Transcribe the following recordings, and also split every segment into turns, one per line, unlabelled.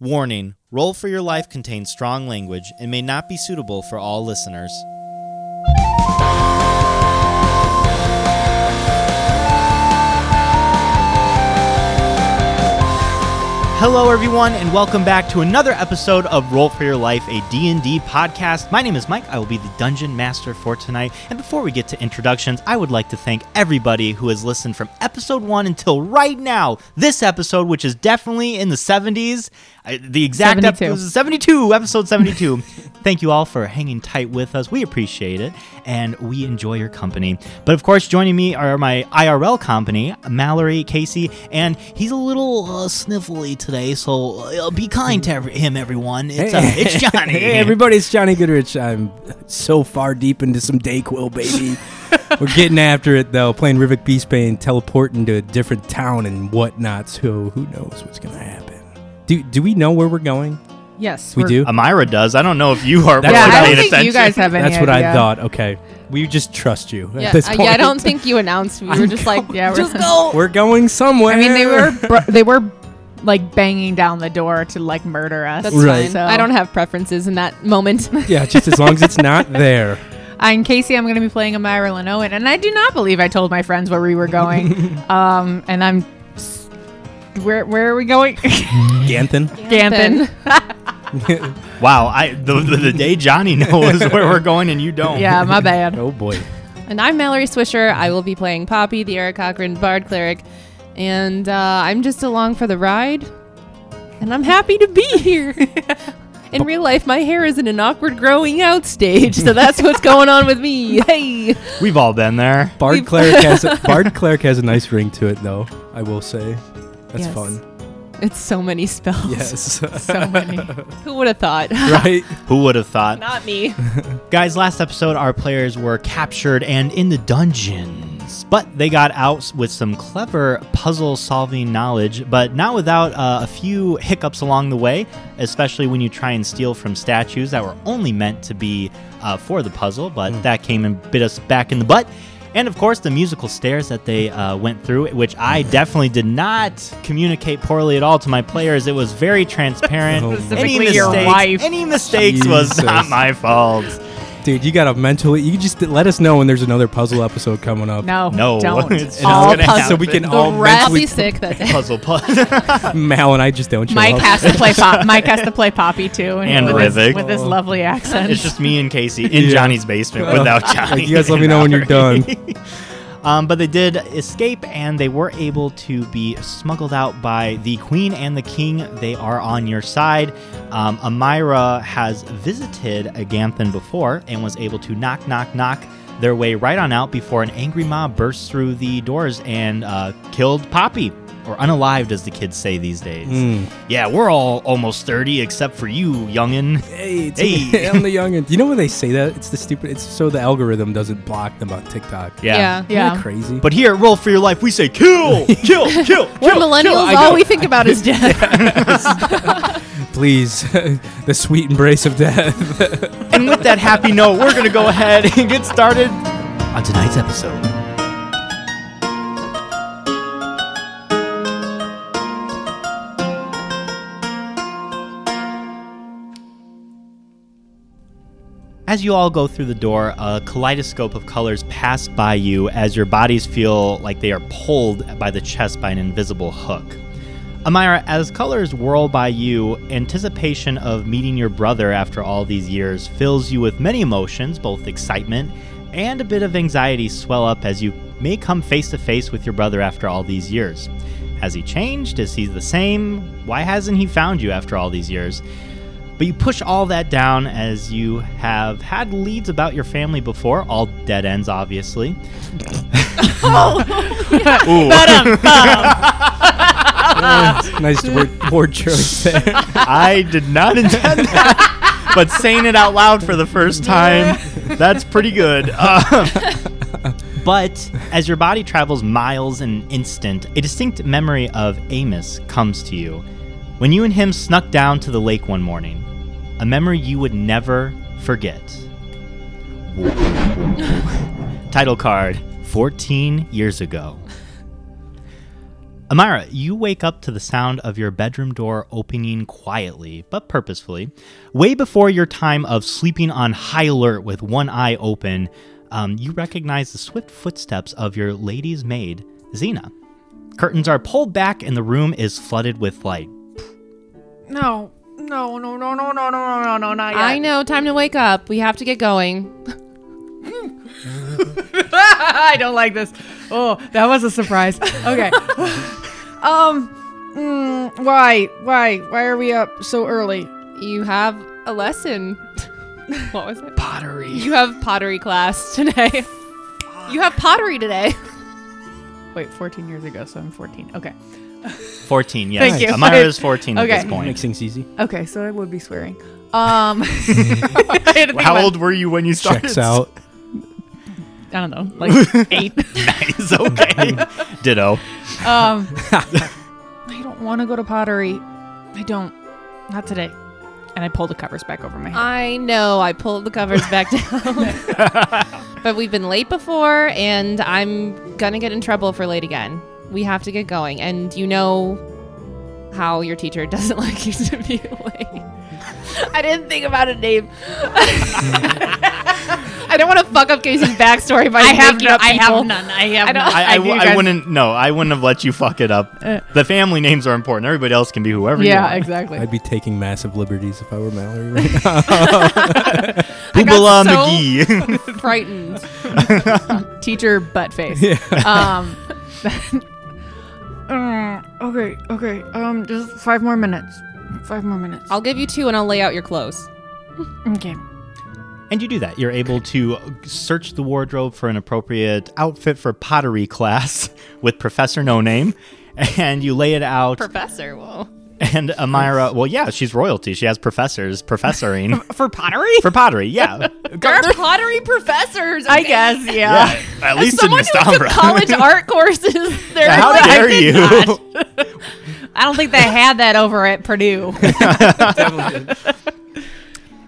Warning Roll for Your Life contains strong language and may not be suitable for all listeners. Hello everyone and welcome back to another episode of Roll for Your Life, a D&D podcast. My name is Mike. I will be the dungeon master for tonight. And before we get to introductions, I would like to thank everybody who has listened from episode 1 until right now. This episode which is definitely in the 70s, I- the exact
72.
episode 72, episode 72. Thank you all for hanging tight with us. We appreciate it and we enjoy your company. But of course, joining me are my IRL company, Mallory Casey, and he's a little uh, sniffly today, so uh, be kind to every- him, everyone. It's, uh, it's Johnny.
Hey, everybody, it's Johnny Goodrich. I'm so far deep into some Dayquil, baby. We're getting after it, though. Playing Rivik Beast Pain, teleporting to a different town and whatnot. So who knows what's going to happen? Do, do we know where we're going?
Yes,
We
we're-
do?
Amira does. I don't know if you are
That's
yeah,
really
what
paying
I don't think
attention.
you guys have any.
That's what
idea.
I thought. Okay. We just trust you
Yeah,
at
uh,
this
I-
point.
yeah, I don't think you announced. We were
I'm
just like,
going-
yeah, we're
just go. We're going somewhere.
I mean, they were br- they were like banging down the door to like murder us.
That's
Right.
fine.
So-
I don't have preferences in that moment.
yeah, just as long as it's not there.
I'm Casey. I'm going to be playing Amira Lynn Owen, and I do not believe I told my friends where we were going. um, and I'm s- where where are we going?
Ganthan.
Ganthan.
Wow, I, the, the, the day Johnny knows where we're going and you don't.
yeah, my bad.
Oh, boy.
and I'm Mallory Swisher. I will be playing Poppy, the Eric Cochran Bard cleric, and uh, I'm just along for the ride. And I'm happy to be here. In real life, my hair is in an awkward growing out stage, so that's what's going on with me. Hey,
We've all been there.
Bard Cleric, has a, Bard Cleric has a nice ring to it, though, I will say. That's
Yes.
fun.
it's so many spells.
Yes.
So many.
Who would have thought?
right?
Who would have thought?
Not me.
Guys, last episode our players were captured and in the dungeons, but they got out with some clever puzzle solving knowledge, but not without uh, a few hiccups along the way, especially when you try and steal from statues that were only meant to be uh, for the puzzle, but
Hmm.
that came and bit us back in the butt. And of course, the musical stairs that they uh, went through, which I
Hmm.
definitely did not communicate poorly at all to my players. It was very transparent.
Oh my
any
Specifically
mistakes,
your wife.
any mistakes was not
Jesus.
my fault.
Dude, you gotta mentally. You just let us know when there's another puzzle episode coming up.
No,
No,
don't.
it's just
All
gonna
puzzle-
so we can
The
all
I'll
mentally.
be sick that day.
Puzzle puzzle.
Mal and I just don't. show
Mike
up.
has to play pop. Mike has to play Poppy too,
And
with his-
Rivik.
with his lovely accent.
it's just me and Casey in
Yeah.
Johnny's basement without Johnny.
Like, you guys let me know when you're done.
Um, but they did escape and they were able to be smuggled out by the queen and the king. They are on your side. Um, Amira has visited a Ganthan before and was able to knock, knock, knock their way right on out before an angry mob burst through the doors and uh, killed Poppy. Or unalived, as the kids say these days.
Hmm.
Yeah, we're all almost 30, except for you, youngin'.
Hey, it's
Hey.
I'm the youngin. Do you know when they say that? It's the stupid. It's so the algorithm doesn't block them on TikTok.
yeah.
Isn't that
yeah.
crazy.
But here at Roll for Your Life, we say kill, kill, kill.
We're millennials. All we think about is death.
please, the sweet embrace of death.
and with that happy note, we're going to go ahead and get started on tonight's episode. As you all go through the door, a kaleidoscope of colors pass by you as your bodies feel like they are pulled by the chest by an invisible hook. Amira, as colors whirl by you, anticipation of meeting your brother after all these years fills you with many emotions, both excitement and a bit of anxiety swell up as you may come face to face with your brother after all these years. Has he changed? Is he the same? Why hasn't he found you after all these years? But you push all that down as you have had leads about your family before, all dead ends, obviously. Ooh.
nice word, word choice there.
I did not intend that. But saying it out loud for the first time, that's pretty good. Um, but as your body travels miles in an instant, a distinct memory of Amos comes to you. When you and him snuck down to the lake one morning, a memory you would never forget. Title card 14 years ago. Amira, you wake up to the sound of your bedroom door opening quietly, but purposefully. Way before your time of sleeping on high alert with one eye open, um, you recognize the swift footsteps of your lady's maid, Xena. Curtains are pulled back and the room is flooded with light.
No, no, no, no, no, no, no, no, no, not yet.
I know. Time to wake up. We have to get going.
I don't like this. Oh, that was a surprise. Okay. um. mm, why? Why? Why are we up so early?
You have a lesson. what was it?
Pottery.
You have pottery class today. you have pottery today.
Wait, 14 years ago, so I'm 14. Okay.
14, yes.
Thank you.
Amira is 14
Okay.
at this
Makes
point.
things easy.
Okay, so I would be swearing. Um. I had to think
How
about-
old were you when you started?
Checks out.
I don't know. Like eight.
nice, okay. Ditto.
Um. I don't want to go to pottery. I don't. Not today. And I pulled the covers back over my head.
I know. I pulled the covers back down. but we've been late before, and I'm going to get in trouble if we're late again. We have to get going. And you know how your teacher doesn't like you to be late. I didn't think about a name. I don't want to fuck up Casey's backstory by making up people.
none. I have
I don't- none.
I, I,
knew
w-
you
I
guys-
wouldn't. No, I wouldn't have let you fuck it up.
Uh.
the family names are important. Everybody else can be whoever. you
Yeah,
want.
exactly.
I'd be taking massive liberties if I were Mallory right now.
Boobala
so-
McGee.
frightened.
teacher butt face. Um, Mm, okay, okay. Um, just five more minutes. Five more minutes.
I'll give you two, and I'll lay out your clothes.
okay.
and you do that. You're able to search the wardrobe for an appropriate outfit for pottery class with Professor No Name, and you lay it out.
Professor, whoa.
and Amira, well, yeah, she's royalty. She has professors professoring
For pottery?
for pottery. Yeah,
There are pottery professors.
I
okay?
guess, yeah.
yeah. At least in
Someone who took
Mastambra.
college art courses. They're
Yeah, How
like,
dare
I did
you?
not.
I don't think they had that over at Purdue.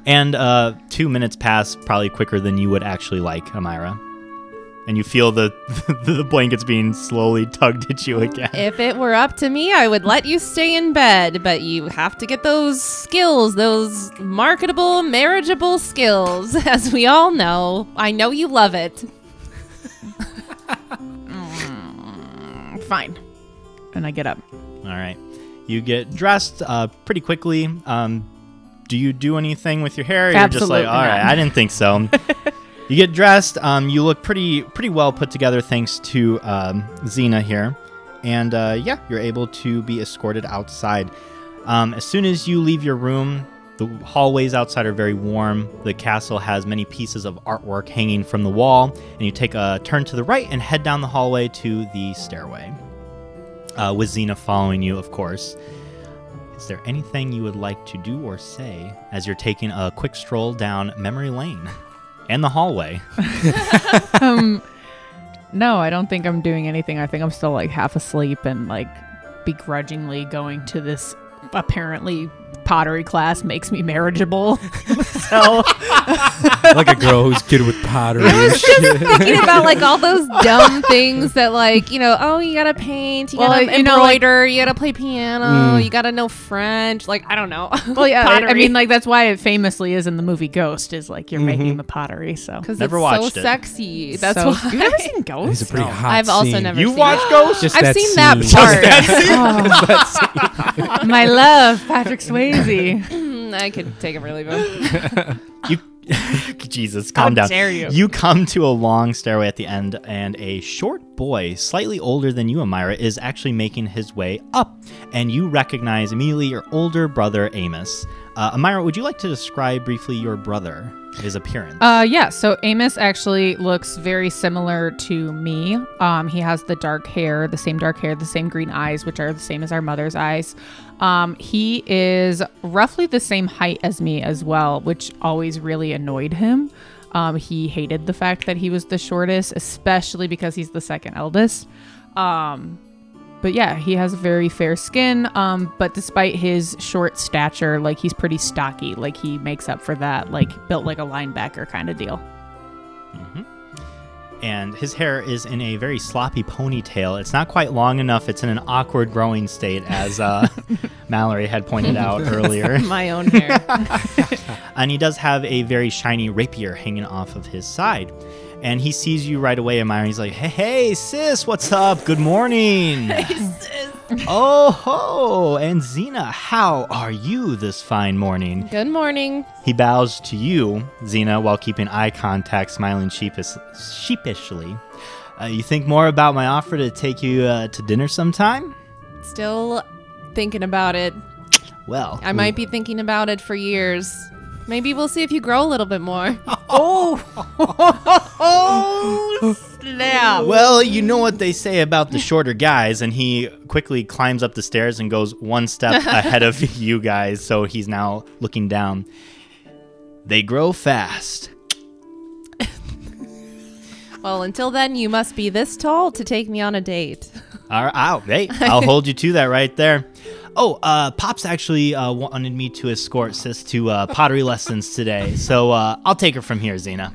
And uh, two minutes pass, probably quicker than you would actually like, Amira. And you feel the the blankets being slowly tugged at you again.
If it were up to me, I would let you stay in bed, but you have to get those skills, those marketable, marriageable skills, as we all know. I know you love it.
Fine. And I get up.
All right, you get dressed uh, pretty quickly. Um, do you do anything with your hair? You're just like,
Absolutely
all right,
not."
I didn't think so. you get dressed. Um, you look pretty pretty well put together, thanks to um, Xena here. And uh, yeah, you're able to be escorted outside. Um, as soon as you leave your room, the hallways outside are very warm. The castle has many pieces of artwork hanging from the wall, and you take a turn to the right and head down the hallway to the stairway. Uh, with Xena following you, of course. Is there anything you would like to do or say as you're taking a quick stroll down memory lane and the hallway?
Um, no, I don't think I'm doing anything. I think I'm still like half asleep and like begrudgingly going to this apparently pottery class makes me marriageable. so
like a girl who's good with pottery. and shit.
Thinking about like all those dumb things that like, you know, oh, you gotta paint, you
Well,
gotta
you know, like-
embroider, you gotta play piano, you gotta know French. Like, I don't know.
Well, yeah, I- I,
Pottery.
mean, like that's why it famously is in the movie Ghost is like you're making the pottery. So
Because
Never
it's
watched
so
it.
sexy. That's
So-
why.
you've never seen Ghost.
It's a pretty hot
I've also
scene.
never
You
seen
watch
it.
Ghost?
Just
I've
that
seen
scene.
that
Just
part.
My love, Patrick Swayze.
Mm, I could take it really well.
You, Jesus, calm down.
dare you.
come to a long stairway at the end, and a short boy, slightly older than you, Amira, is actually making his way up. And you recognize immediately your older brother, Amos. Uh, Amira, would you like to describe briefly your brother, his appearance?
Uh, yeah. So Amos actually looks very similar to me. Um, he has the dark hair, the same dark hair, the same green eyes, which are the same as our mother's eyes. Um, he is roughly the same height as me as well, which always really annoyed him. Um, he hated the fact that he was the shortest, especially because he's the second eldest. Um, but yeah, he has very fair skin. Um, but despite his short stature, like he's pretty stocky. Like he makes up for that, like built like a linebacker kind of deal.
and his hair is in a very sloppy ponytail. It's not quite long enough. It's in an awkward growing state, as uh, Mallory had pointed out earlier.
My own hair.
and he does have a very shiny rapier hanging off of his side. And he sees you right away, Amira. and He's like, "Hey, hey, sis, what's up? Good morning." oh ho! And Xena, how are you this fine morning?
Good morning.
He bows to you, Xena, while keeping eye contact, smiling sheepish- sheepishly. Uh, you think more about my offer to take you uh, to dinner sometime?
Still thinking about it.
Well,
I might be thinking about it for years. Maybe we'll see if you grow a little bit more.
Yeah.
Well, you know what they say about the shorter guys, and he quickly climbs up the stairs and goes one step ahead of you guys, so he's now looking down. They grow fast.
Well, until then, you must be this tall to take me on a date.
All right, ow, hey, I'll hold you to that right there. Oh, uh, Pops actually uh, wanted me to escort Sis to uh, pottery lessons today, so uh, I'll take her from here, Xena.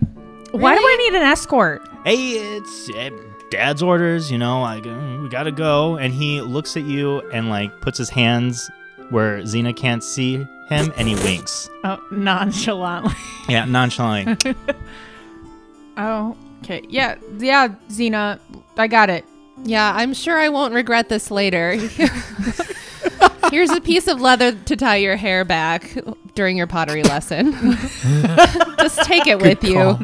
Why do I need an escort?
hey, it's eh, dad's orders, you know, I, g- we gotta go. And he looks at you and like puts his hands where Xena can't see him and he winks.
Oh, nonchalantly.
Yeah, nonchalant.
Oh, okay. Yeah, yeah, Xena, I got it.
Yeah, I'm sure I won't regret this later. Here's a piece of leather to tie your hair back during your pottery lesson. Just take it with you.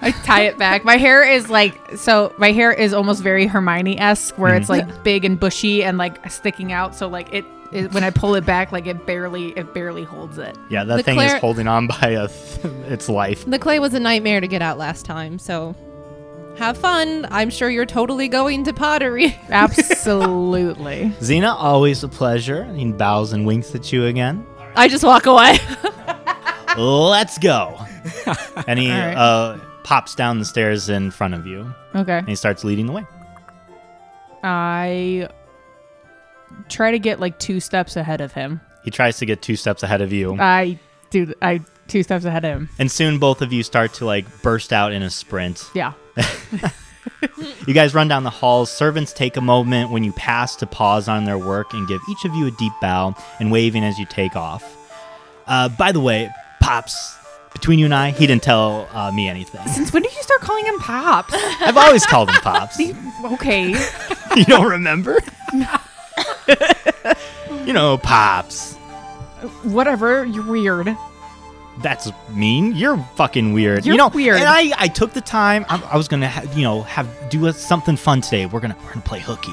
I tie it back. My hair is like so. My hair is almost very Hermione esque, where it's like big and bushy and like sticking out. So like it, it when I pull it back, like it barely it barely holds it.
yeah, that
The
thing
clar-
is holding on by a th- its life.
The clay was a nightmare to get out last time, so have fun. I'm sure you're totally going to pottery.
Absolutely.
Xena, always a pleasure. He bows and winks at you again.
I just walk away.
Let's go. and he
All right.
uh, pops down the stairs in front of you and
okay.
he starts leading the way.
I try to get like two steps ahead of him.
He tries to get two steps ahead of you.
I do. I two steps ahead of him.
And soon both of you start to like burst out in a sprint.
Yeah.
You guys run down the halls. Servants take a moment when you pass to pause on their work and give each of you a deep bow and waving as you take off. Uh, by the way, Pops, between you and I, he didn't tell uh, me anything.
Since when did you start calling him pops?
I've always called him Pops. you
okay.
don't remember? you know, Pops.
Whatever. You're weird.
That's mean. You're fucking weird.
You're
you know,
weird.
And I, I took the time. I, I was gonna, ha- you know, have do a, something fun today. We're gonna, we're gonna play hooky.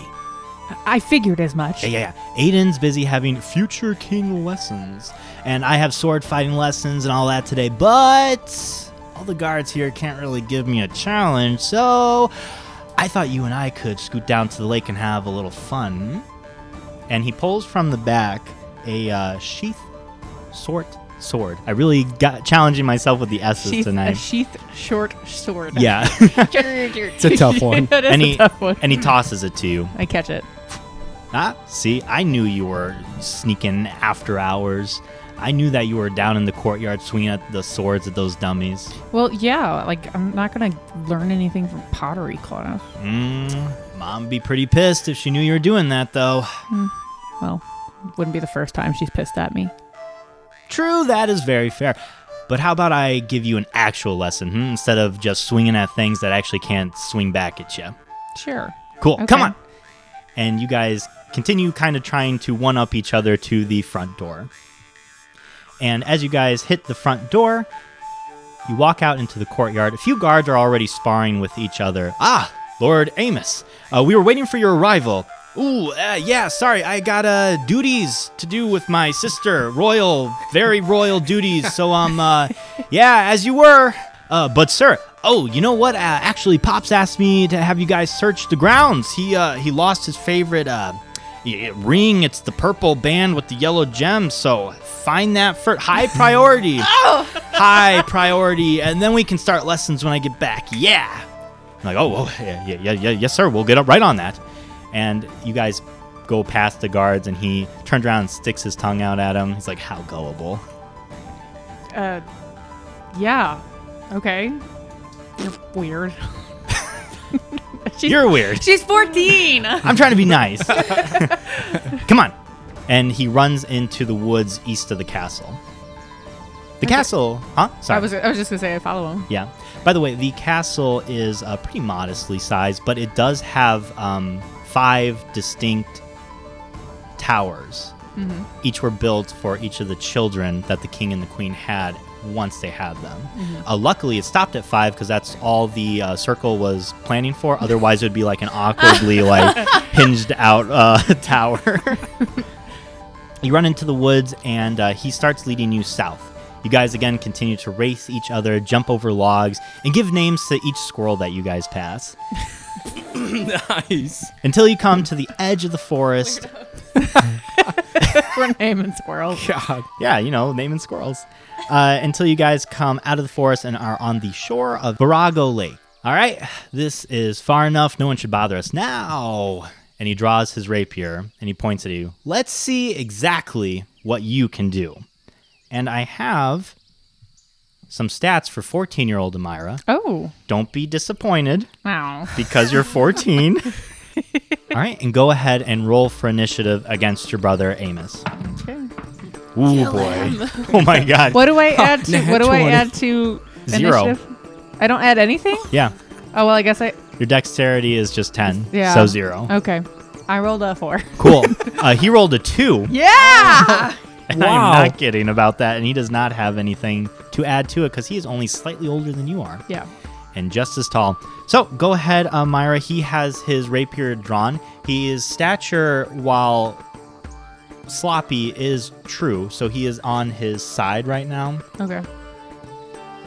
I figured as much.
Yeah, yeah, yeah. Aiden's busy having future king lessons, and I have sword fighting lessons and all that today, but all the guards here can't really give me a challenge, so I thought you and I could scoot down to the lake and have a little fun. And he pulls from the back a uh, sheath sort sword. I really got challenging myself with the S's
Sheath, a
tonight.
sheath short sword.
yeah.
It's a tough one.
That is
and
a
he
tough one.
and he tosses it to you.
I catch it.
Ah, see, I knew you were sneaking after hours. I knew that you were down in the courtyard swinging at the swords at those dummies.
Well, yeah, like I'm not gonna learn anything from pottery class.
Mm, Mom be pretty pissed if she knew you were doing that, though.
Well, wouldn't be the first time she's pissed at me.
True, that is very fair. But how about I give you an actual lesson hmm, instead of just swinging at things that actually can't swing back at you?
Sure.
Cool, come
Okay.
on. And you guys continue kind of trying to one up each other to the front door. And as you guys hit the front door, you walk out into the courtyard. A few guards are already sparring with each other. Ah, Lord Amos, uh, we were waiting for your arrival. Ooh, uh, yeah, sorry, I got uh, duties to do with my sister. Royal, very royal duties. So, um, uh, yeah, as you were. Uh, but, sir, oh, you know what? Uh, actually, Pops asked me to have you guys search the grounds. He, uh, he lost his favorite, uh, Y- ring it's the purple band with the yellow gem so find that for high priority high priority and then we can start lessons when i get back yeah I'm like oh well, yeah, yeah yeah yeah yes sir we'll get up right on that and you guys go past the guards and he turns around and sticks his tongue out at him he's like how gullible
Uh, yeah. Okay. You're weird. She's-
You're weird.
She's 14.
I'm trying to be nice. Come on. And he runs into the woods east of the castle. The castle, huh? Sorry.
I was I was just gonna say I follow him.
Yeah. By the way, the castle is uh, pretty modestly sized, but it does have um, five distinct towers. Each were built for each of the children that the king and the queen had once they had them. Uh, luckily, it stopped at five because that's all the uh, circle was planning for. Otherwise, it would be like an awkwardly like hinged out uh, tower. You run into the woods, and uh, he starts leading you south. You guys again continue to race each other, jump over logs, and give names to each squirrel that you guys pass.
nice.
Until you come to the edge of the forest.
We're naming squirrels.
God.
Yeah, you know, naming squirrels. Uh, until you guys come out of the forest and are on the shore of Virago Lake. All right, this is far enough. No one should bother us now. And he draws his rapier and he points at you. Let's see exactly what you can do. And I have some stats for 14 year old Amira.
Oh,
Don't be disappointed
wow.
because you're 14. All right, and go ahead and roll for initiative against your brother Amos. Ooh boy! Oh my God!
What do I add to
nat
what do I
20.
add to
Zero.
initiative? I don't add anything?
Yeah,
Oh well I guess I
your dexterity is just ten,
Yeah.
so zero.
okay. I rolled a four.
Cool. Uh, he rolled a two.
Yeah.
And
Wow.
I'm not kidding about that, and he does not have anything to add to it because he is only slightly older than you are.
yeah.
and just as tall. So go ahead, uh, Myra. He has his rapier drawn. His stature, while sloppy, is true. So he is on his side right now.
Okay.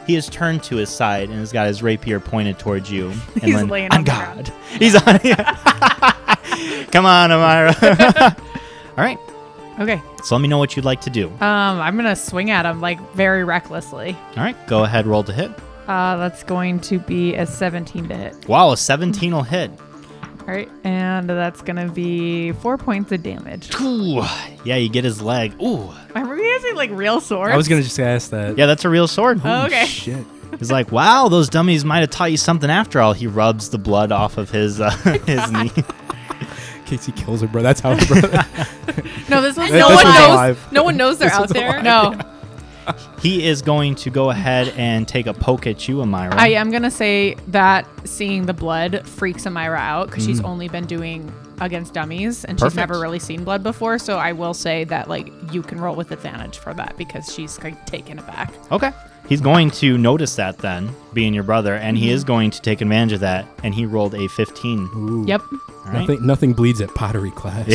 He is turned to his side and has got his rapier pointed towards you. And
He's laying on the ground.
He's on. Come on, Myra. All right.
Okay.
So let me know what you'd like to do.
Um I'm gonna swing at him like very recklessly.
All right. Go ahead. Roll to hit.
Uh that's going to be a seventeen to hit.
Wow, a 17 will hit.
All right. And that's gonna be four points of damage.
Ooh. Yeah, you get his leg. Ooh.
Are we gonna say like real sword?
I was gonna just ask that.
Yeah, that's a real sword.
Oh, okay.
Shit.
He's like, "Wow, those dummies might have taught you something after all." He rubs the blood off of his uh, his knee.
Casey kills her, bro. That's how her brother.
No, this was
That-
no
this
one
one's
knows.
alive.
No one knows they're out
one's
there.
No.
He is going to go ahead and take a poke at you, Amira.
I am gonna say that seeing the blood freaks Amira out because she's only been doing against dummies and
Mm. Perfect.
she's never really seen blood before. So I will say that like you can roll with advantage for that because she's like taken aback.
Okay. He's going to notice that then, being your brother, and he is going to take advantage of that. And he rolled a 15.
Ooh.
Yep.
All right.
Nothing, nothing bleeds at pottery class.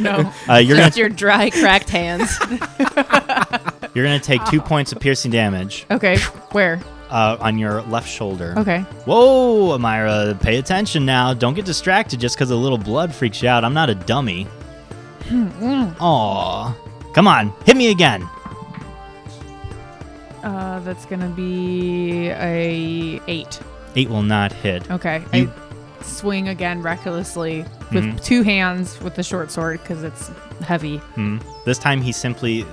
no.
Uh, you're gonna
Just your dry, cracked hands.
you're gonna take two points of piercing damage
Okay. Where?
uh, on your left shoulder.
Okay.
Whoa, Amira, pay attention now. Don't get distracted just because a little blood freaks you out. I'm not a dummy. Aw. Come on, hit me again.
Uh, that's gonna be a eight.
Eight will not hit.
Okay.
You- Mm-hmm.
I swing again recklessly with two hands with the short sword because it's heavy.
Mhm. This time he simply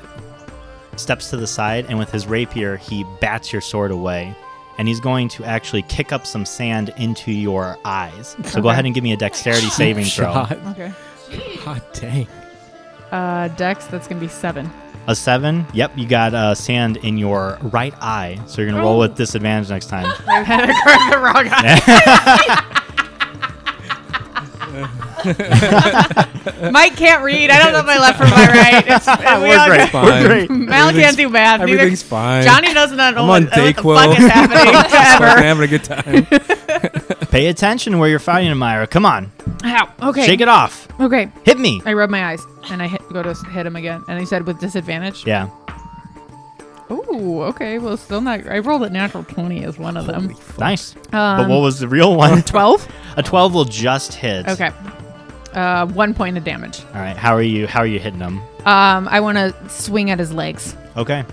steps to the side and with his rapier he bats your sword away. And he's going to actually kick up some sand into your eyes. So go
Okay.
ahead and give me a dexterity saving throw.
Shot.
Okay.
Hot dang.
Uh, Dex, that's gonna be seven.
A seven. Yep, you got uh, sand in your right eye. So you're going to
Oh.
roll with disadvantage next time.
I had a card the wrong eye. Mike can't read. I don't know my left from my right. It's, we all-
Fine.
Mal can't do math. neither-
Everything's fine.
Johnny doesn't know
I'm
what,
on
what the
Dayquil.
fuck is happening
Fucking having a good time.
Pay attention where you're fighting, Myra. Come on.
ever. Ow. Okay.
Shake it off.
Okay.
Hit me.
I rub my eyes and I hit, go to s- hit him again. And he said with disadvantage.
Yeah.
Ooh. Okay. Well, still not. I rolled a natural twenty as one of them.
Nice. but
Um,
what was the real one?
Twelve.
A 12 will just hit.
Okay. Uh, one point of damage.
All right. How are you how are you hitting him?
Um, I want to swing at his legs.
Okay.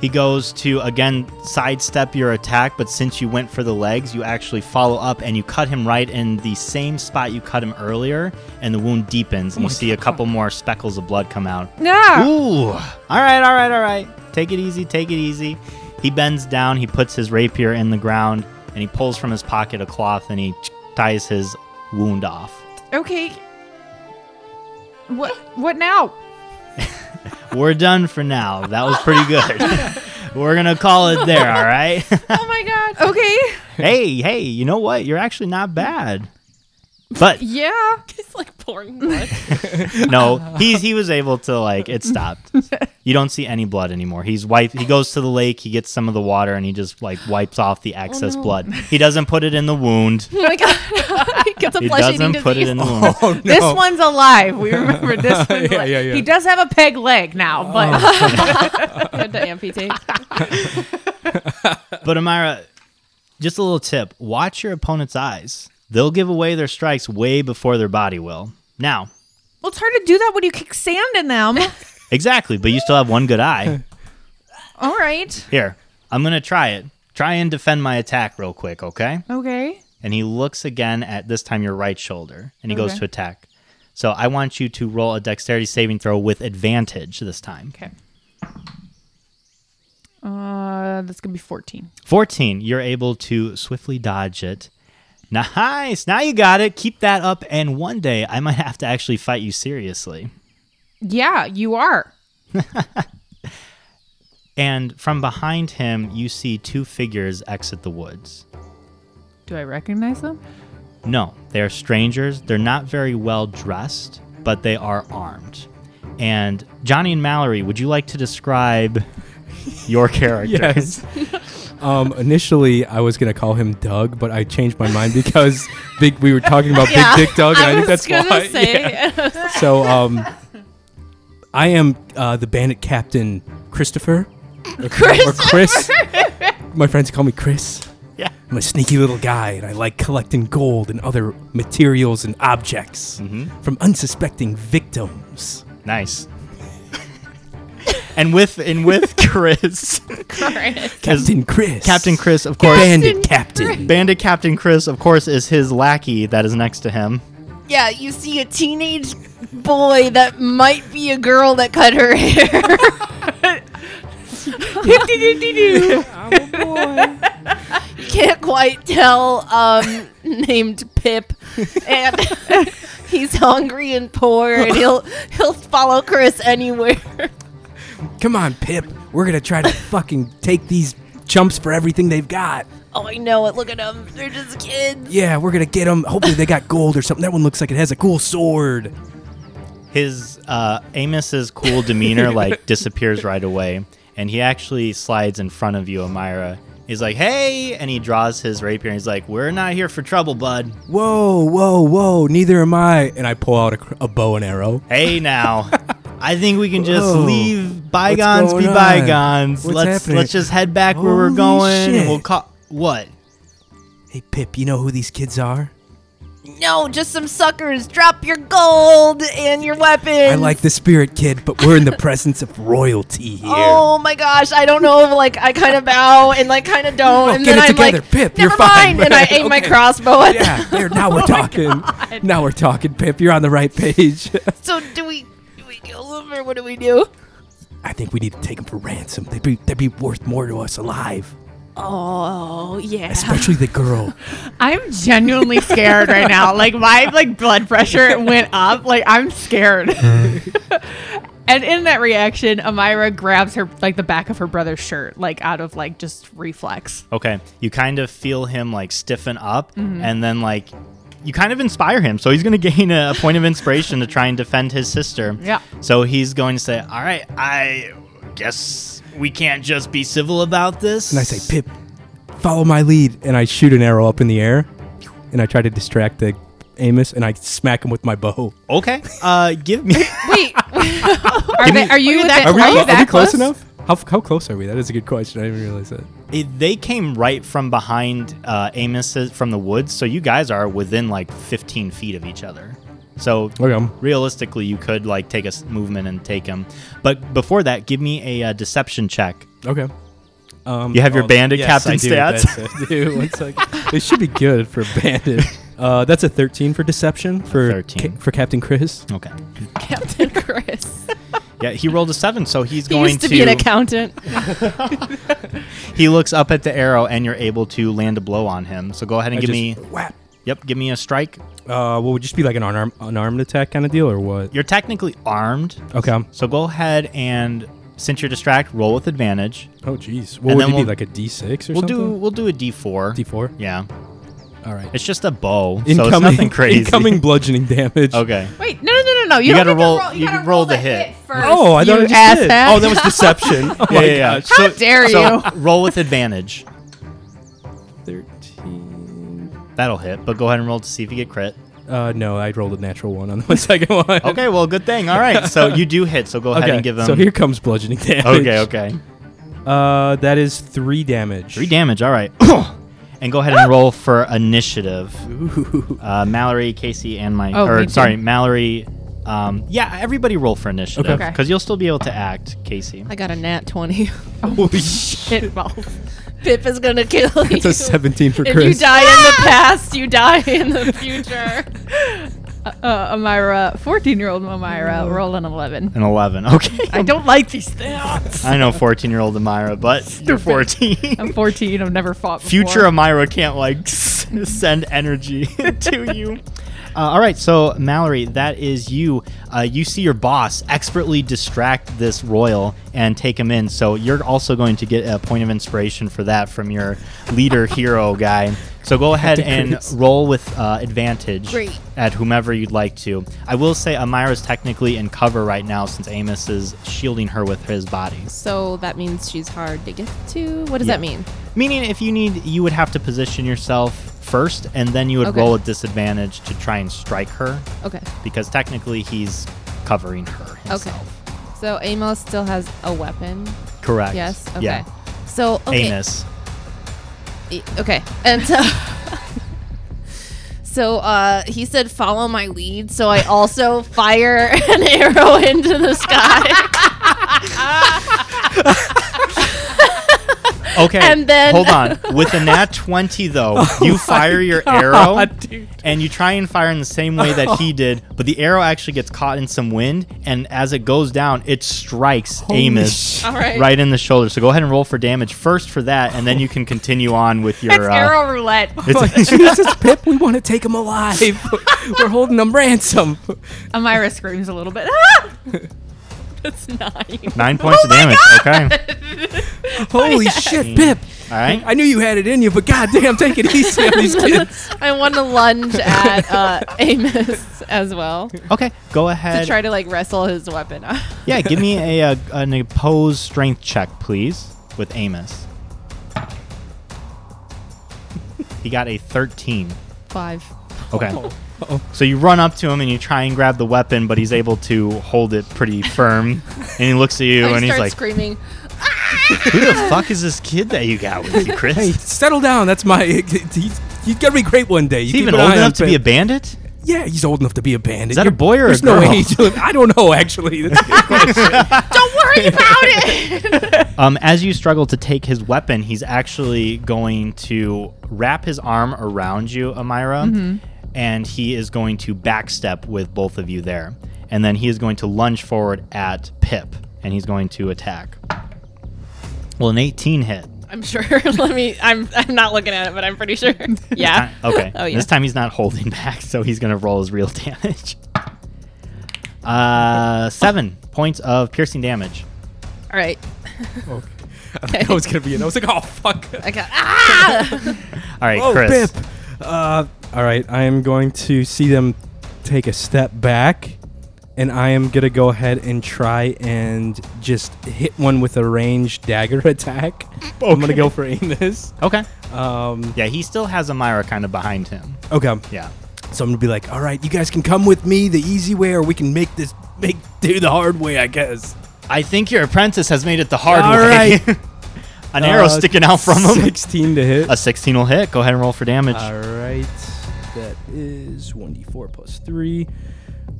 He goes to again sidestep your attack, but since you went for the legs, you actually follow up and you cut him right in the same spot you cut him earlier, and the wound deepens, and you see a couple more speckles of blood come out.
No.
Ooh! All right, all right, all right. Take it easy, take it easy. He bends down, he puts his rapier in the ground, and he pulls from his pocket a cloth and he ties his wound off.
Okay. What? What now?
We're done for now. That was pretty good. We're going to call it there, all right?
Oh my god. Okay.
hey, hey, you know what? You're actually not bad. But
Yeah.
It's like pouring blood.
no, he's he was able to like it stopped. You don't see any blood anymore. He's wipe he goes to the lake, he gets some of the water and he just like wipes off the excess blood. He doesn't put it in the wound.
oh my god. he gets a
He
flesh eating
doesn't
disease.
put it in the wound.
Oh, no.
This one's alive. We remember this one's
Yeah,
alive.
yeah, Oh. yeah.
He does have a peg leg now, but
Had to amputate.
But Amira, just a little tip: watch your opponent's eyes. They'll give away their strikes way before their body will. Now,
well, it's hard to do that when you kick sand in them.
exactly, but you still have one good eye.
All right.
Here, I'm gonna try it. Try and defend my attack real quick, okay?
Okay.
And he looks again at this time your right shoulder, and he goes
Okay.
to attack. So I want you to roll a dexterity saving throw with advantage this time.
Okay. Uh, that's gonna be fourteen.
14, you're able to swiftly dodge it. Nice. Now you got it. Keep that up and one day I might have to actually fight you seriously.
Yeah, you are.
And from behind him, you see two figures exit the woods.
Do I recognize them?
No, they are strangers. They're not very well dressed, but they are armed. And Johnny and Mallory, would you like to describe your characters?
Yes. um, initially, I was gonna call him Doug, but I changed my mind because big. We were talking about
Yeah.
Big Dick Doug, and I, think
was
that's
gonna
why.
say.
Yeah. So, um, I am uh, the bandit captain Christopher. Or, Or Chris. my friends call me Chris.
Yeah.
I'm a sneaky little guy, and I like collecting gold and other materials and objects
Mm-hmm.
from unsuspecting victims.
Nice. and with and with Chris, As-
Captain Chris.
Captain Chris, of course.
Bandit Captain.
Bandit Captain Chris, of course, is his lackey that is next to him.
Yeah, you see a teenage boy that might be a girl that cut her hair. Can't quite tell. Um, named Pip, and he's hungry and poor, and he'll he'll follow Chris anywhere.
Come on, Pip. We're gonna try to fucking take these chumps for everything they've got.
Oh, I know it. Look at them. They're just kids.
Yeah, we're gonna get them. Hopefully, they got gold or something. That one looks like it has a cool sword.
His uh, Amos's cool demeanor like disappears right away, and he actually slides in front of you, Amira. He's like, "Hey!" and he draws his rapier. and He's like, "We're not here for trouble, bud.
Whoa, whoa, whoa. Neither am I. And I pull out a, cr- a bow and arrow.
Hey, now, I think we can just
Whoa.
leave bygones
What's
be
going on?
bygones.
What's
let's
happening?
let's just head back where we're
Holy
going.
shit.
And we'll call what."
Hey, Pip. You know who these kids are?
No, just some suckers. Drop your gold and your weapons.
I like the spirit kid, but we're in the presence of royalty here.
Oh my gosh, I don't know. Like I kind of bow and like kind of don't,
Oh,
and
get
then
it
I'm
together,
like,
Pip,
never
you're fine,
mind. And I
man.
aim my
Okay.
crossbow. At them.
Yeah, there. Now
Oh
we're talking. now we're talking, Pip. You're on the right page.
So do we? Do we kill them or what do we do?
I think we need to take them for ransom. They'd be, they'd be worth more to us alive,
Oh yeah.
especially the girl.
I'm genuinely scared right now. Like my like blood pressure went up. Like I'm scared. and in that reaction, Amira grabs her like the back of her brother's shirt, like out of like just reflex.
Okay. You kind of feel him like stiffen up and then like you kind of inspire him. So he's going to gain a, a point of inspiration to try and defend his sister.
Yeah.
So he's going to say, "All right, I guess we can't just be civil about this."
And I say, Pip, follow my lead. And I shoot an arrow up in the air. And I try to distract the Amos. And I smack him with my bow.
"Okay. Uh give me
Wait,
Are, they, are you that,
Are we,
are you
clo- are we
that
close, enough? How, f- how close are we? That is a good question. I didn't realize that.
It- they came right from behind uh Amos from the woods, so you guys are within like 15 feet of each other. So
Okay. I'm-
realistically you could like take a s- movement and take him. But before that, give me a uh, deception check.
okay. Um,
You have your
oh,
bandit captain
I do.
stats?
That's it. Dude, one sec. It should be good for bandit. Uh, that's a 13 for deception for
13.
ca- for Captain Chris.
Okay.
Captain Chris.
Yeah, he rolled a seven, so he's
He
going
used to, be an accountant.
he looks up at the arrow, and you're able to land a blow on him. So go ahead and
I
give
just-
me.
Whap.
Yep, give me a strike.
Uh, well, would just be like an unarmed, unarmed attack kind of deal, or what?
You're technically armed,
Okay.
so go ahead and since you're distract, roll with advantage.
Oh, jeez. What
And
would it
then
be
we'll-
like a D6 or
We'll do
something?
we'll do a D4.
D4.
Yeah,
All right.
it's just a bow, so it's nothing crazy.
Incoming bludging damage.
Okay.
Wait, no, no, no, no, no. You,
You
don't
gotta
get to
roll-
roll.
you
gotta
roll the hit.
first.
Oh, I thought
you
I just did.
asshat.
Oh, that was deception. Oh
yeah,
my
yeah, yeah.
gosh.
How dare
So
you?
roll with advantage.
Oh, Thirteen.
That'll hit, but go ahead and roll to see if you get crit.
Uh, no, I rolled a natural one on the second one.
Okay, well, good thing. All right, so you do hit, so go ahead and give them.
So here comes bludgeoning damage.
okay, okay.
Uh, that is three damage.
Three damage. All right, and go ahead and roll for initiative.
Ooh.
Uh, Mallory, Casey, and my.
Oh, me
or
too.
sorry, Mallory. Um, yeah, everybody roll for initiative
Okay.
because you'll still be able to act, Casey.
I got a nat 20.
Holy shit.
It rolls.
Pip is going to kill you.
It's a 17 for
If
Chris.
you die in the past, you die in the future.
Uh, Amira, 14 year old
Mm.
Amira, roll an 11.
An eleven. Okay.
I don't like these things.
I know fourteen-year-old Amira, but you're fourteen.
I'm 14. I've never fought before.
Future Amira can't like send energy to you. Uh, all right, so Mallory, that is you. Uh, you see your boss expertly distract this royal and take him in. So you're also going to get a point of inspiration for that from your leader hero guy. So go ahead and
Tactics.
roll with uh, advantage
Great.
at whomever you'd like to. I will say Amira's technically in cover right now since Amos is shielding her with his body.
So that means she's hard to get to. What does
Yeah.
that mean?
Meaning, if you need, you would have to position yourself first, and then you would
Okay.
roll a disadvantage to try and strike her,
Okay.
because technically he's covering her himself.
So Amos still has a weapon.
Correct.
Yes. Okay.
Yeah.
So okay.
Amos.
E- Okay. And so So uh, he said, "Follow my lead." So I also fire an arrow into the sky.
Okay.
And then- Oh
hold on. With a nat twenty, though, you fire your arrow, and you try and fire in the same way that he did, but the arrow actually gets caught in some wind, and as it goes down, it strikes
Holy
Amos
sh-
All right.
right in the shoulder. So go ahead and roll for damage first for that, and then you can continue on with your.
It's
uh,
arrow roulette.
it's-
Jesus, Pip, we want to take him alive. We're holding him ransom.
Amira screams a little bit. Ah! That's nine.
Nine points
Oh
of damage. Okay.
Holy shit, Pip.
All right.
I knew you had it in you, but goddamn, take it easy on these kids.
I want to lunge at uh, Amos as well to
Okay. Go ahead.
try to like wrestle his weapon.
yeah. Give me a, uh an opposed strength check, please, with Amos. He got a 13.
Five.
Okay.
Uh-oh.
So you run up to him and you try and grab the weapon, but he's able to hold it pretty firm. and he looks at you
I
and he's
start
like,
screaming.
"Who the fuck is this kid that you got with you, Chris?
Hey,
he's
settle down. That's my. He's, he's gonna be great one day. You keep
even
an
old
eye on
enough to be a
Pip.
bandit?
Yeah, he's old enough to be a bandit.
Is that a
You're-
boy or a
There's
girl?
no age. limit. I don't know. Actually, That's a good question.
Don't worry about it.
Um, as you struggle to take his weapon, he's actually going to wrap his arm around you, Amira,
Mm-hmm.
and he is going to backstep with both of you there. And then he is going to lunge forward at Pip, and he's going to attack. Well, an 18 hit.
I'm sure. Let me. I'm. I'm not looking at it, but I'm pretty sure. Yeah.
Uh, okay.
Oh, yeah.
This time he's not holding back, so he's going to roll his real damage. Uh, seven points of piercing damage.
All right.
I was gonna be. in. I was like, oh fuck.
I got. Ah!
All right,
Oh,
Chris.
Pip. Uh, all right, I am going to see them take a step back, and I am gonna go ahead and try and just hit one with a ranged dagger attack. I'm gonna go for Amos.
Okay.
Um,
Yeah, he still has Amira kind of behind him.
okay,
Yeah.
so I'm gonna be like, all right, you guys can come with me the easy way, or we can make this make do the hard way, I guess.
I think your apprentice has made it the hard
All
way.
right.
An arrow
Uh,
sticking out from him.
Sixteen to hit.
A 16 will hit. Go ahead and roll for damage.
All right, that is one d four plus three.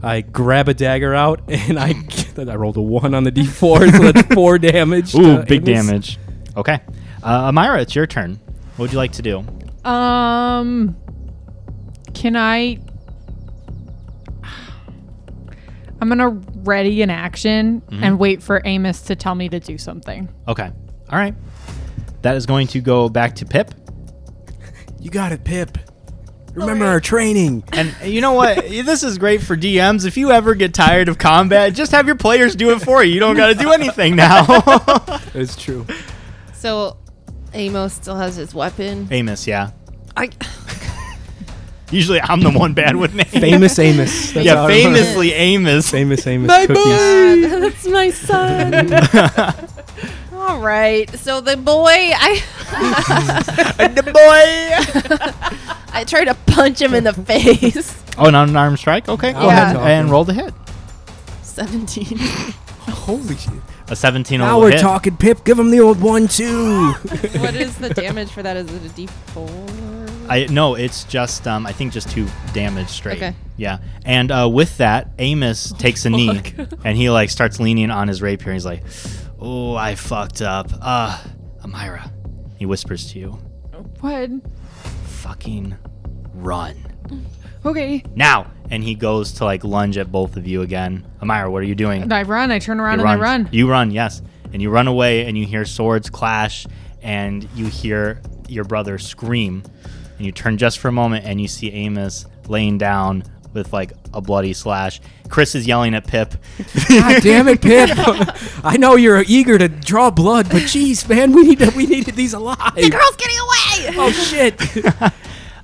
I grab a dagger out and I I rolled a one on the d four, so that's four damage.
Ooh,
to
big
Amos.
damage. Okay. Uh, Amira, it's your turn. What would you like to do?
Um, can I? I'm gonna ready an action
Mm-hmm.
and wait for Amos to tell me to do something.
Okay. All right. That is going to go back to Pip.
You got it, Pip. Remember our training.
And you know what? this is great for DMs. If you ever get tired of combat, just have your players do it for you. You don't got to do anything now.
It's true.
So Amos still has his weapon.
Amos, yeah.
I
Usually I'm the one bad with names.
Famous Amos. That's how
yeah,
I remember.
famously Amos.
Famous Amos
My
cookies.
bud, that's my son. All right. So the boy, I
the boy.
I try to punch him in the face.
Oh, an unarmed strike. Okay, go
Yeah.
ahead and roll the hit.
Seventeen.
Holy shit.
A 17
Now
will
we're
hit.
talking, Pip. Give him the old one, too.
what is the damage for that? Is it a D four?
I no, it's just um, I think just two damage straight.
Okay.
Yeah, and uh, with that, Amos takes
Oh
a knee and he like starts leaning on his rapier. and He's like, "Oh, I fucked up." Uh, Amira, he whispers to you,
What?
"Fucking run
Okay.
now!" And he goes to like lunge at both of you again. Amira, what are you doing?
And I run. I turn around
He
and I
runs.
run.
You run, yes. And you run away and you hear swords clash and you hear your brother scream. And you turn just for a moment and you see Amos laying down with like a bloody slash. Chris is yelling at Pip.
God damn it, Pip. I know you're eager to draw blood, but jeez, man, we need to, we needed these alive. The girl's getting away. Oh shit.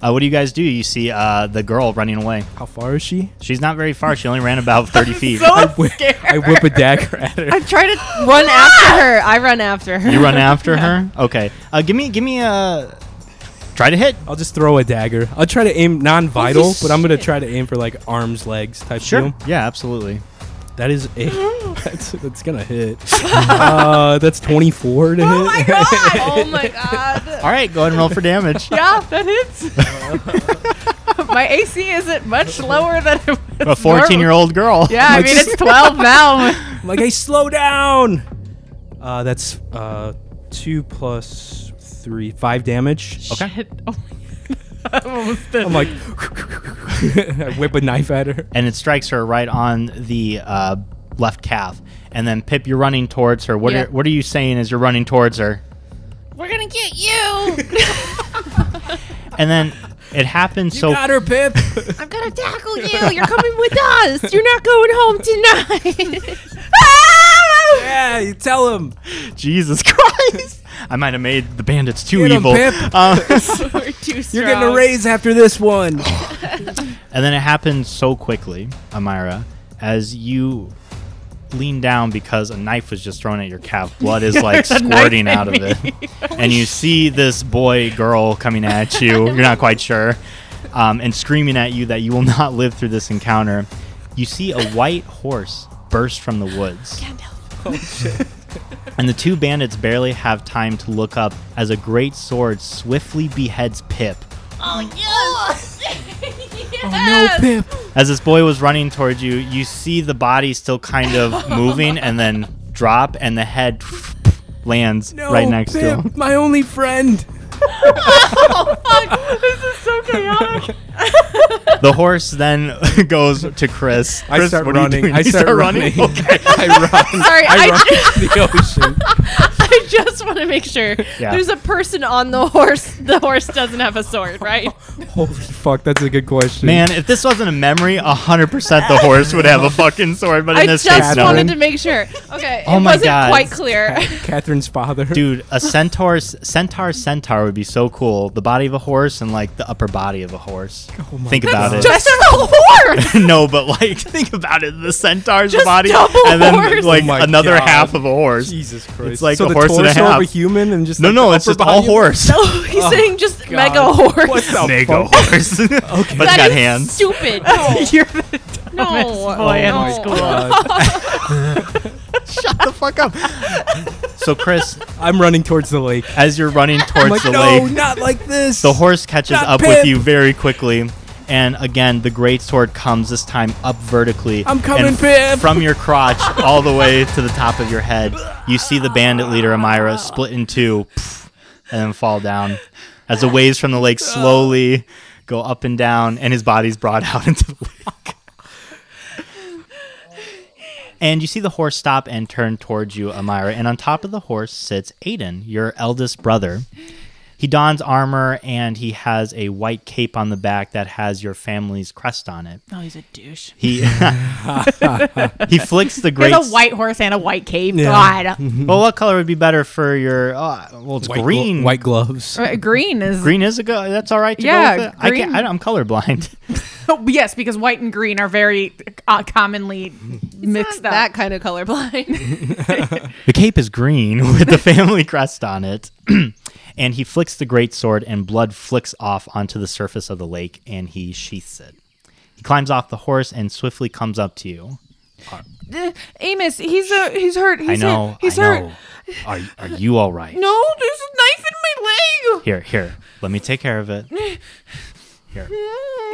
Uh, what do you guys do? You see uh, the girl running away.
How far is she?
She's not very far. She only ran about 30 feet.
I, whi- I whip a dagger at her.
I try to run after her. I run after her.
you run after her? Okay. Uh, give me, give me a. Try to hit.
I'll just throw a dagger. I'll try to aim non-vital,
Holy
but I'm gonna
shit.
try to aim for like arms, legs type deal.
Yeah, absolutely.
That is a that's, that's gonna hit. uh, that's 24 to hit.
Oh
oh my god.
All right, go ahead and roll for damage.
Yeah, that hits. My AC isn't much lower than it was.
a 14 year old girl.
Yeah, I mean it's 12 now.
I'm like, hey, slow down. Uh, that's uh, two plus three, five damage.
Okay.
Shit. Oh my god. I almost did.
I'm like, I whip a knife at her.
and it strikes her right on the uh, left calf. And then Pip, you're running towards her. What
Yeah.
are what are you saying as you're running towards her?
We're gonna get you.
And then it happens so
her, Pip.
I'm gonna tackle you. You're coming with us. You're not going home tonight.
yeah, you tell him.
Jesus Christ! I might have made the bandits too
Get 'em,
evil.
Pip.
Um,
We're too strong.
You're getting a raise after this one.
and then it happens so quickly, Amira, as you lean down because a knife was just thrown at your calf. Blood is like
There's a knife
squirting
in
out of
me. Oh,
it. and you see this boy girl coming at you. You're not quite sure, um, and screaming at you that you will not live through this encounter. You see a white horse burst from the woods. And the two bandits barely have time to look up as a great sword swiftly beheads Pip.
Oh no, Pip.
As this boy was running towards you, you see the body still kind of moving and then drop, and the head lands
No,
right next
Pip,
to him.
my only friend.
The horse then goes to Chris. Chris
I start
what are you
running.
doing?
I
You
start, running.
Okay.
I run.
Sorry,
I
I
run into the ocean.
I just want to make sure
Yeah.
there's a person on the horse. The horse doesn't have a sword, right?
Holy fuck, that's a good question.
Man, if this wasn't a memory, 100% the horse would have a fucking sword, but
I
in this
just
case, no.
wanted to make sure. Okay,
Oh
it
my
wasn't
God.
quite clear.
Catherine's father.
Dude, a centaur, centaur, centaur would be so cool. The body of a horse and like the upper body of a horse.
Oh my
think about
God.
it.
just a horse.
no, but like think about it. The centaur's
Just
body
double
and then
horse.
like
Oh my
another
God.
half of a horse.
Jesus Christ.
It's like
so
a
the
horse
torso
and a half.
of a human and just
No,
like,
no,
the
it's
upper
just all
body of-
horse.
No, he's saying just mega
God.
horse.
What the
Mega
fuck? Oh
horse. okay. But it's
That
got
is
hands.
Stupid. No.
You're the
no.
boy in
no.
school.
God.
Shut the fuck up. so Chris,
I'm running towards the lake.
as you're running towards
I'm like,
the
no,
lake,
not like this.
The horse catches
Not
up
Pip.
with you very quickly. And again, the great sword comes this time up vertically.
I'm coming,
and
Pip.
From your crotch all the way to the top of your head. You see the bandit leader, Amira, split in two pff, and then fall down as the waves from the lake slowly go up and down, and his body's brought out into the lake. And you see the horse stop and turn towards you, Amira. And on top of the horse sits Aiden, your eldest brother. He dons armor and he has a white cape on the back that has your family's crest on it.
Oh, he's a douche.
He he flicks the great.
There's a white horse and a white cape.
Yeah.
God.
Well, what color would be better for your? Oh, well, it's
White glo-
green.
white
Oh,
gloves.
Uh, Green is
Green is a go. That's all right. To
Yeah,
go with it. I
green.
can't, I don't, I'm colorblind.
yes, because white and green are very uh, commonly mixed up.
that kind of colorblind.
The cape is green with the family crest on it. and he flicks the great sword and blood flicks off onto the surface of the lake and he sheaths it. He climbs off the horse and swiftly comes up to you.
Uh, Amos, he's uh, he's hurt. He's
I know.
Hurt. He's
I
hurt.
know. Are, are you all right?
No, there's a knife in my leg.
Here, here. Let me take care of it. Here.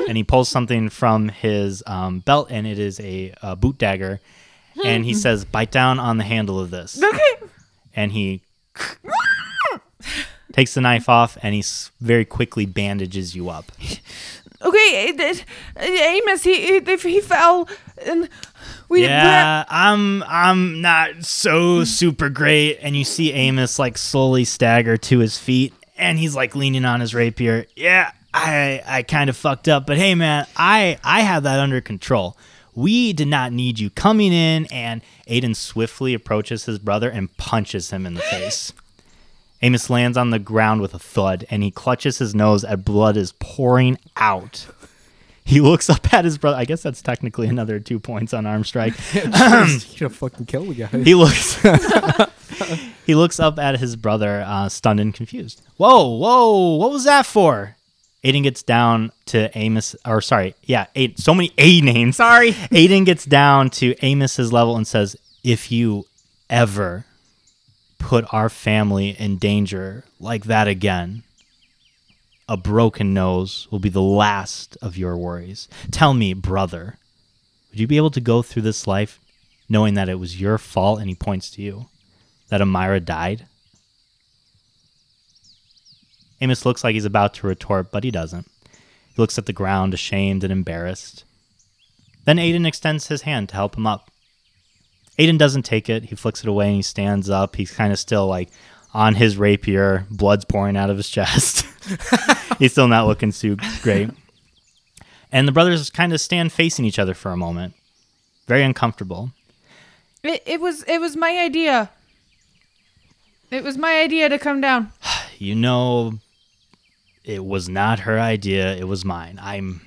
And he pulls something from his um, belt and it is a, a boot dagger. And he says, Bite down on the handle of this.
Okay.
and he takes the knife off and he s- very quickly bandages you up.
Okay, uh, uh, Amos, he he, he fell, and we
Yeah, I'm I'm not so super great and you see Amos like slowly stagger to his feet and he's like leaning on his rapier. Yeah, I I kind of fucked up, but hey man, I I have that under control. We did not need you coming in and Aiden swiftly approaches his brother and punches him in the face. Amos lands on the ground with a thud and he clutches his nose as blood is pouring out. He looks up at his brother. I guess that's technically another two points on arm strike.
should have fucking killed the guy.
He looks. he looks up at his brother, uh, stunned and confused. Whoa, whoa! What was that for? Aiden gets down to Amos, or sorry, yeah, Aiden, so many A names.
Sorry.
Aiden gets down to Amos's level and says, "If you ever put our family in danger like that again, a broken nose will be the last of your worries. Tell me, brother, would you be able to go through this life knowing that it was your fault? And he points to you that Amira died. Amos looks like he's about to retort, but he doesn't. He looks at the ground, ashamed and embarrassed. Then Aiden extends his hand to help him up. Aiden doesn't take it. He flicks it away and he stands up. He's kind of still like on his rapier, blood's pouring out of his chest. he's still not looking too great. And the brothers kind of stand facing each other for a moment, very uncomfortable.
did. It, it was it was my idea. It was my idea to come down.
You know, it was not her idea, it was mine. I'm.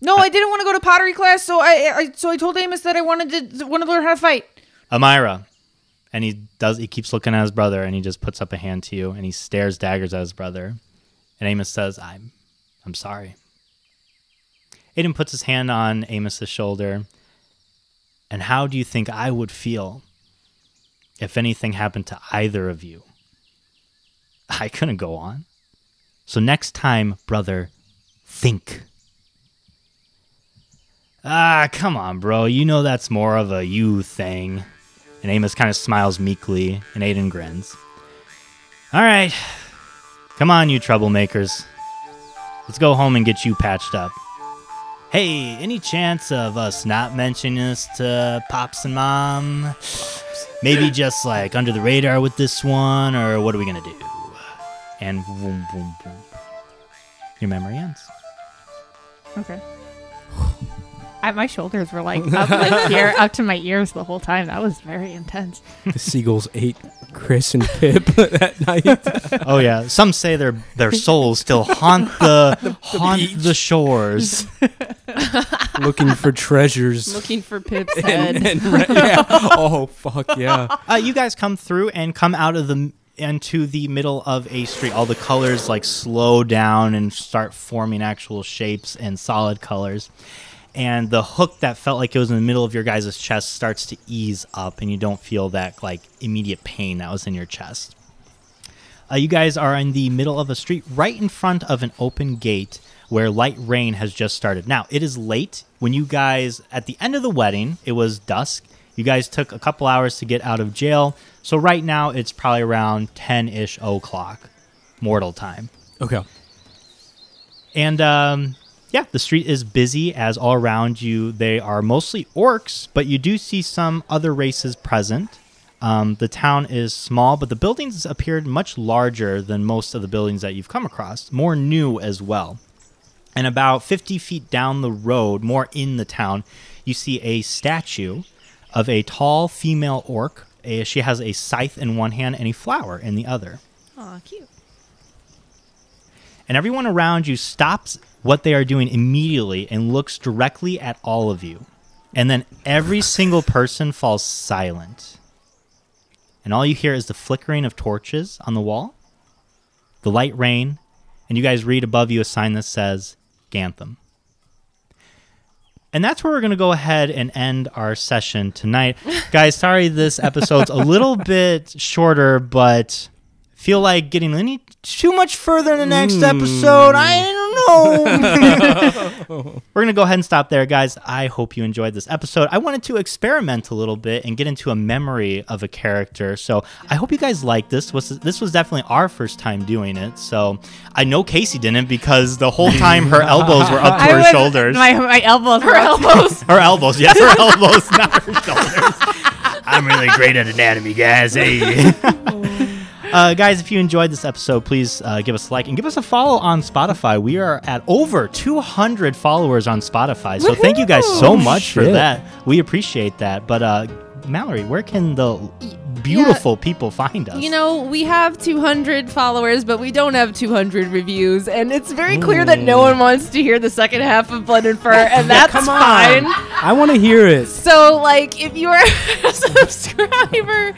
No, I didn't want to go to pottery class, so I, I so I told Amos that I wanted to want to learn how to fight.
Amira. And he does he keeps looking at his brother and he just puts up a hand to you and he stares daggers at his brother. And Amos says, I'm I'm sorry. Aiden puts his hand on Amos's shoulder. And how do you think I would feel if anything happened to either of you? I couldn't go on. So next time, brother, think. Ah, come on, bro. You know that's more of a you thing. And Amos kind of smiles meekly, and Aiden grins. All right. Come on, you troublemakers. Let's go home and get you patched up. Hey, any chance of us not mentioning this to Pops and Mom? Maybe just like under the radar with this one, or what are we going to do? And boom, boom, boom. Your memory ends.
Okay. I, my shoulders were like up like here, up to my ears the whole time. That was very intense.
the seagulls ate Chris and Pip that night.
Oh yeah, some say their their souls still haunt the, haunt the shores.
looking for treasures.
Looking for Pip's
and,
head.
and re- yeah. Oh fuck yeah!
Uh, you guys come through and come out of the into the middle of a street. All the colors like slow down and start forming actual shapes and solid colors. And the hook that felt like it was in the middle of your guys' chest starts to ease up, and you don't feel that like immediate pain that was in your chest. Uh, you guys are in the middle of a street right in front of an open gate where light rain has just started. Now, it is late. When you guys, at the end of the wedding, it was dusk. You guys took a couple hours to get out of jail. So right now, it's probably around 10 ish o'clock, mortal time.
Okay.
And um, yeah, the street is busy as all around you. They are mostly orcs, but you do see some other races present. Um, the town is small, but the buildings appeared much larger than most of the buildings that you've come across, more new as well. And about 50 feet down the road, more in the town, you see a statue of a tall female orc. A- She has a scythe in one hand and a flower in the other.
Aw, cute.
And everyone around you stops what they are doing immediately and looks directly at all of you. And then every single person falls silent. And all you hear is the flickering of torches on the wall, the light rain, and you guys read above you a sign that says Gantham. And that's where we're going to go ahead and end our session tonight. Guys, sorry this episode's a little bit shorter, but feel like getting any too much further in the next episode. I don't know. We're going to go ahead and stop there, guys. I hope you enjoyed this episode. I wanted to experiment a little bit and get into a memory of a character. So I hope you guys liked this. Was This was definitely our first time doing it. So I know Casey didn't because the whole time her elbows were up to her shoulders.
My, my elbows. Her elbows.
Her elbows, yes, her elbows, not her shoulders. I'm really great at anatomy, guys. Hey. Uh, guys, if you enjoyed this episode, please uh, give us a like and give us a follow on Spotify. We are at over 200 followers on Spotify. So thank you guys so much for
Shit.
that. We appreciate that. But uh, Mallory, where can the beautiful people find us?
You know, we have 200 followers, but we don't have 200 reviews, and it's very clear that no one wants to hear the second half of Blood and Fur, and that's fine.
I want to hear it.
So, like, if you are a subscriber,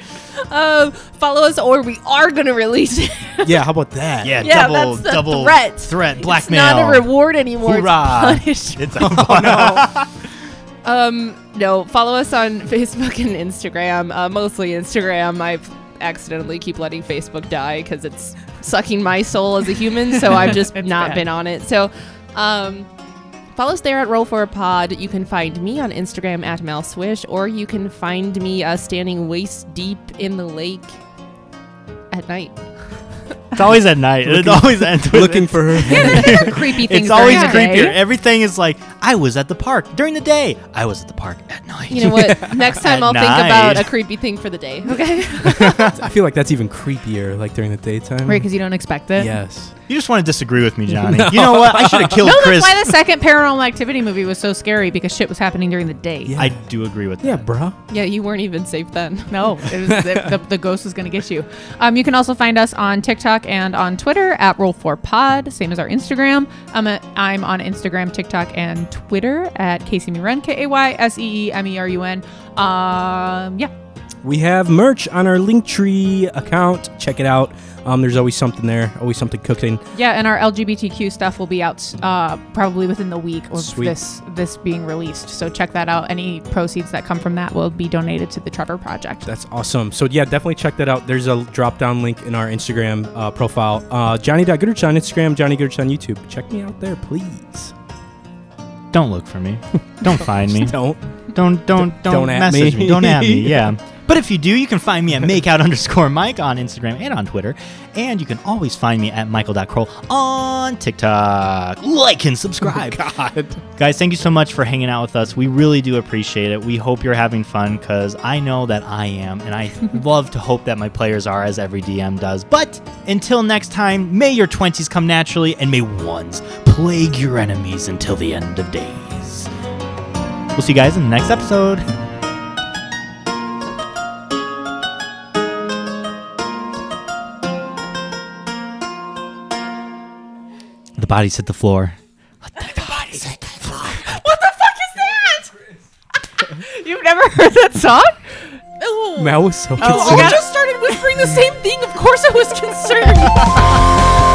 uh, follow us, or we are going to release it.
Yeah, how about that?
yeah,
yeah,
double
that's the
double
threat.
threat
It's
blackmail.
not a reward anymore.
Hoorah.
It's punishment.
It's a- oh,
Um, no, follow us on Facebook and Instagram. Uh, mostly Instagram. I accidentally keep letting Facebook die because it's sucking my soul as a human. So I've just not
bad.
been on it. So, um, follow us there at Roll for a Pod. You can find me on Instagram at Mal Swish, or you can find me uh, standing waist deep in the lake at night.
It's always at night. it always ends with
Looking for her.
creepy things.
It's always
during the
creepier.
day.
Everything is like, I was at the park during the day. I was at the park at night.
You know what? Next time
At
I'll
night.
think about a creepy thing for the day. Okay.
I feel like that's even creepier, like during the daytime.
Right, because you don't expect it.
Yes.
You just want to disagree with me, Johnny. You know what? I should have killed
No, that's
Chris.
why the second paranormal activity movie was so scary because shit was happening during the day.
Yeah.
I do agree with that.
Yeah, bruh.
yeah, you weren't even safe then.
No, it was the, the, the ghost was going to get you. Um, you can also find us on TikTok and on Twitter at Roll4Pod, same as our Instagram. Um, uh, I'm on Instagram, TikTok, and Twitter at Casey Merun, K A Y S E E M E R U N. Um, yeah.
We have merch on our Linktree account. Check it out. Um, there's always something there, always something cooking.
Yeah, and our LGBTQ stuff will be out uh, probably within the week of
Sweet.
this this being released. So check that out. Any proceeds that come from that will be donated to the Trevor Project.
That's awesome. So yeah, definitely check that out. There's a drop down link in our Instagram uh, profile. Uh, Johnny.Goodrich on Instagram, Johnny Goodrich on YouTube. Check me out there, please.
Don't look for me. Don't find me.
Don't.
Don't don't don't,
don't at
message me.
me.
Don't at me. Yeah. But if you do, you can find me at makeout underscore Mike on Instagram and on Twitter. And you can always find me at Michael.Kroll on TikTok. Like and subscribe.
God.
Guys, thank you so much for hanging out with us. We really do appreciate it. We hope you're having fun because I know that I am, and I love to hope that my players are, as every DM does. But until next time, may your 20s come naturally, and may ones plague your enemies until the end of days. We'll see you guys in the next episode. The bodies hit the floor.
You've never heard that song?
Mal was so concerned.
Oh, I just started whispering the same thing. Of course, I was concerned.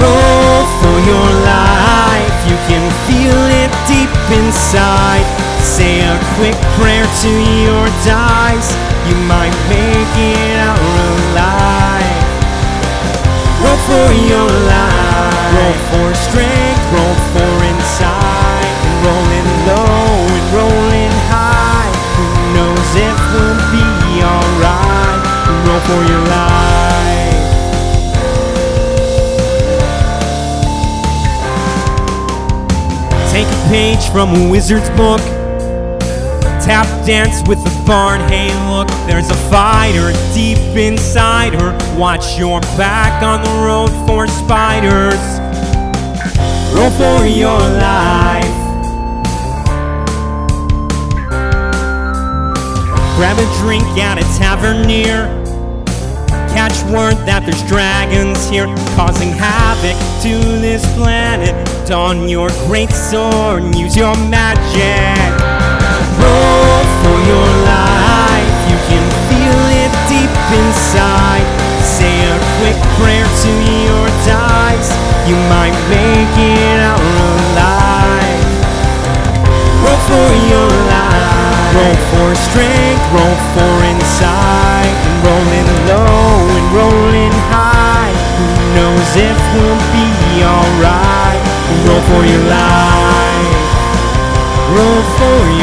roll for your life. You can feel it deep inside. Say a quick prayer to your dice. You might make it out alive. Roll for your life. Roll for strength. Roll for insight. And rolling low and rolling high. Who knows if we'll be alright? Roll for your life. Take a
page from a wizard's book. Tap dance with the barn. Hey, look, there's a fighter deep inside her. Watch your back on the road for spiders. Roll for your life. Grab a drink at a tavern near. Catch word that there's dragons here causing havoc to this planet. Don your great sword and use your magic. Roll for your life, you can feel it deep inside. Say a quick prayer to your dice, you might make it out alive. Roll for your life. Roll for strength, roll for insight. And rolling low and rolling high. Who knows if we'll be alright? Roll for your life. Roll for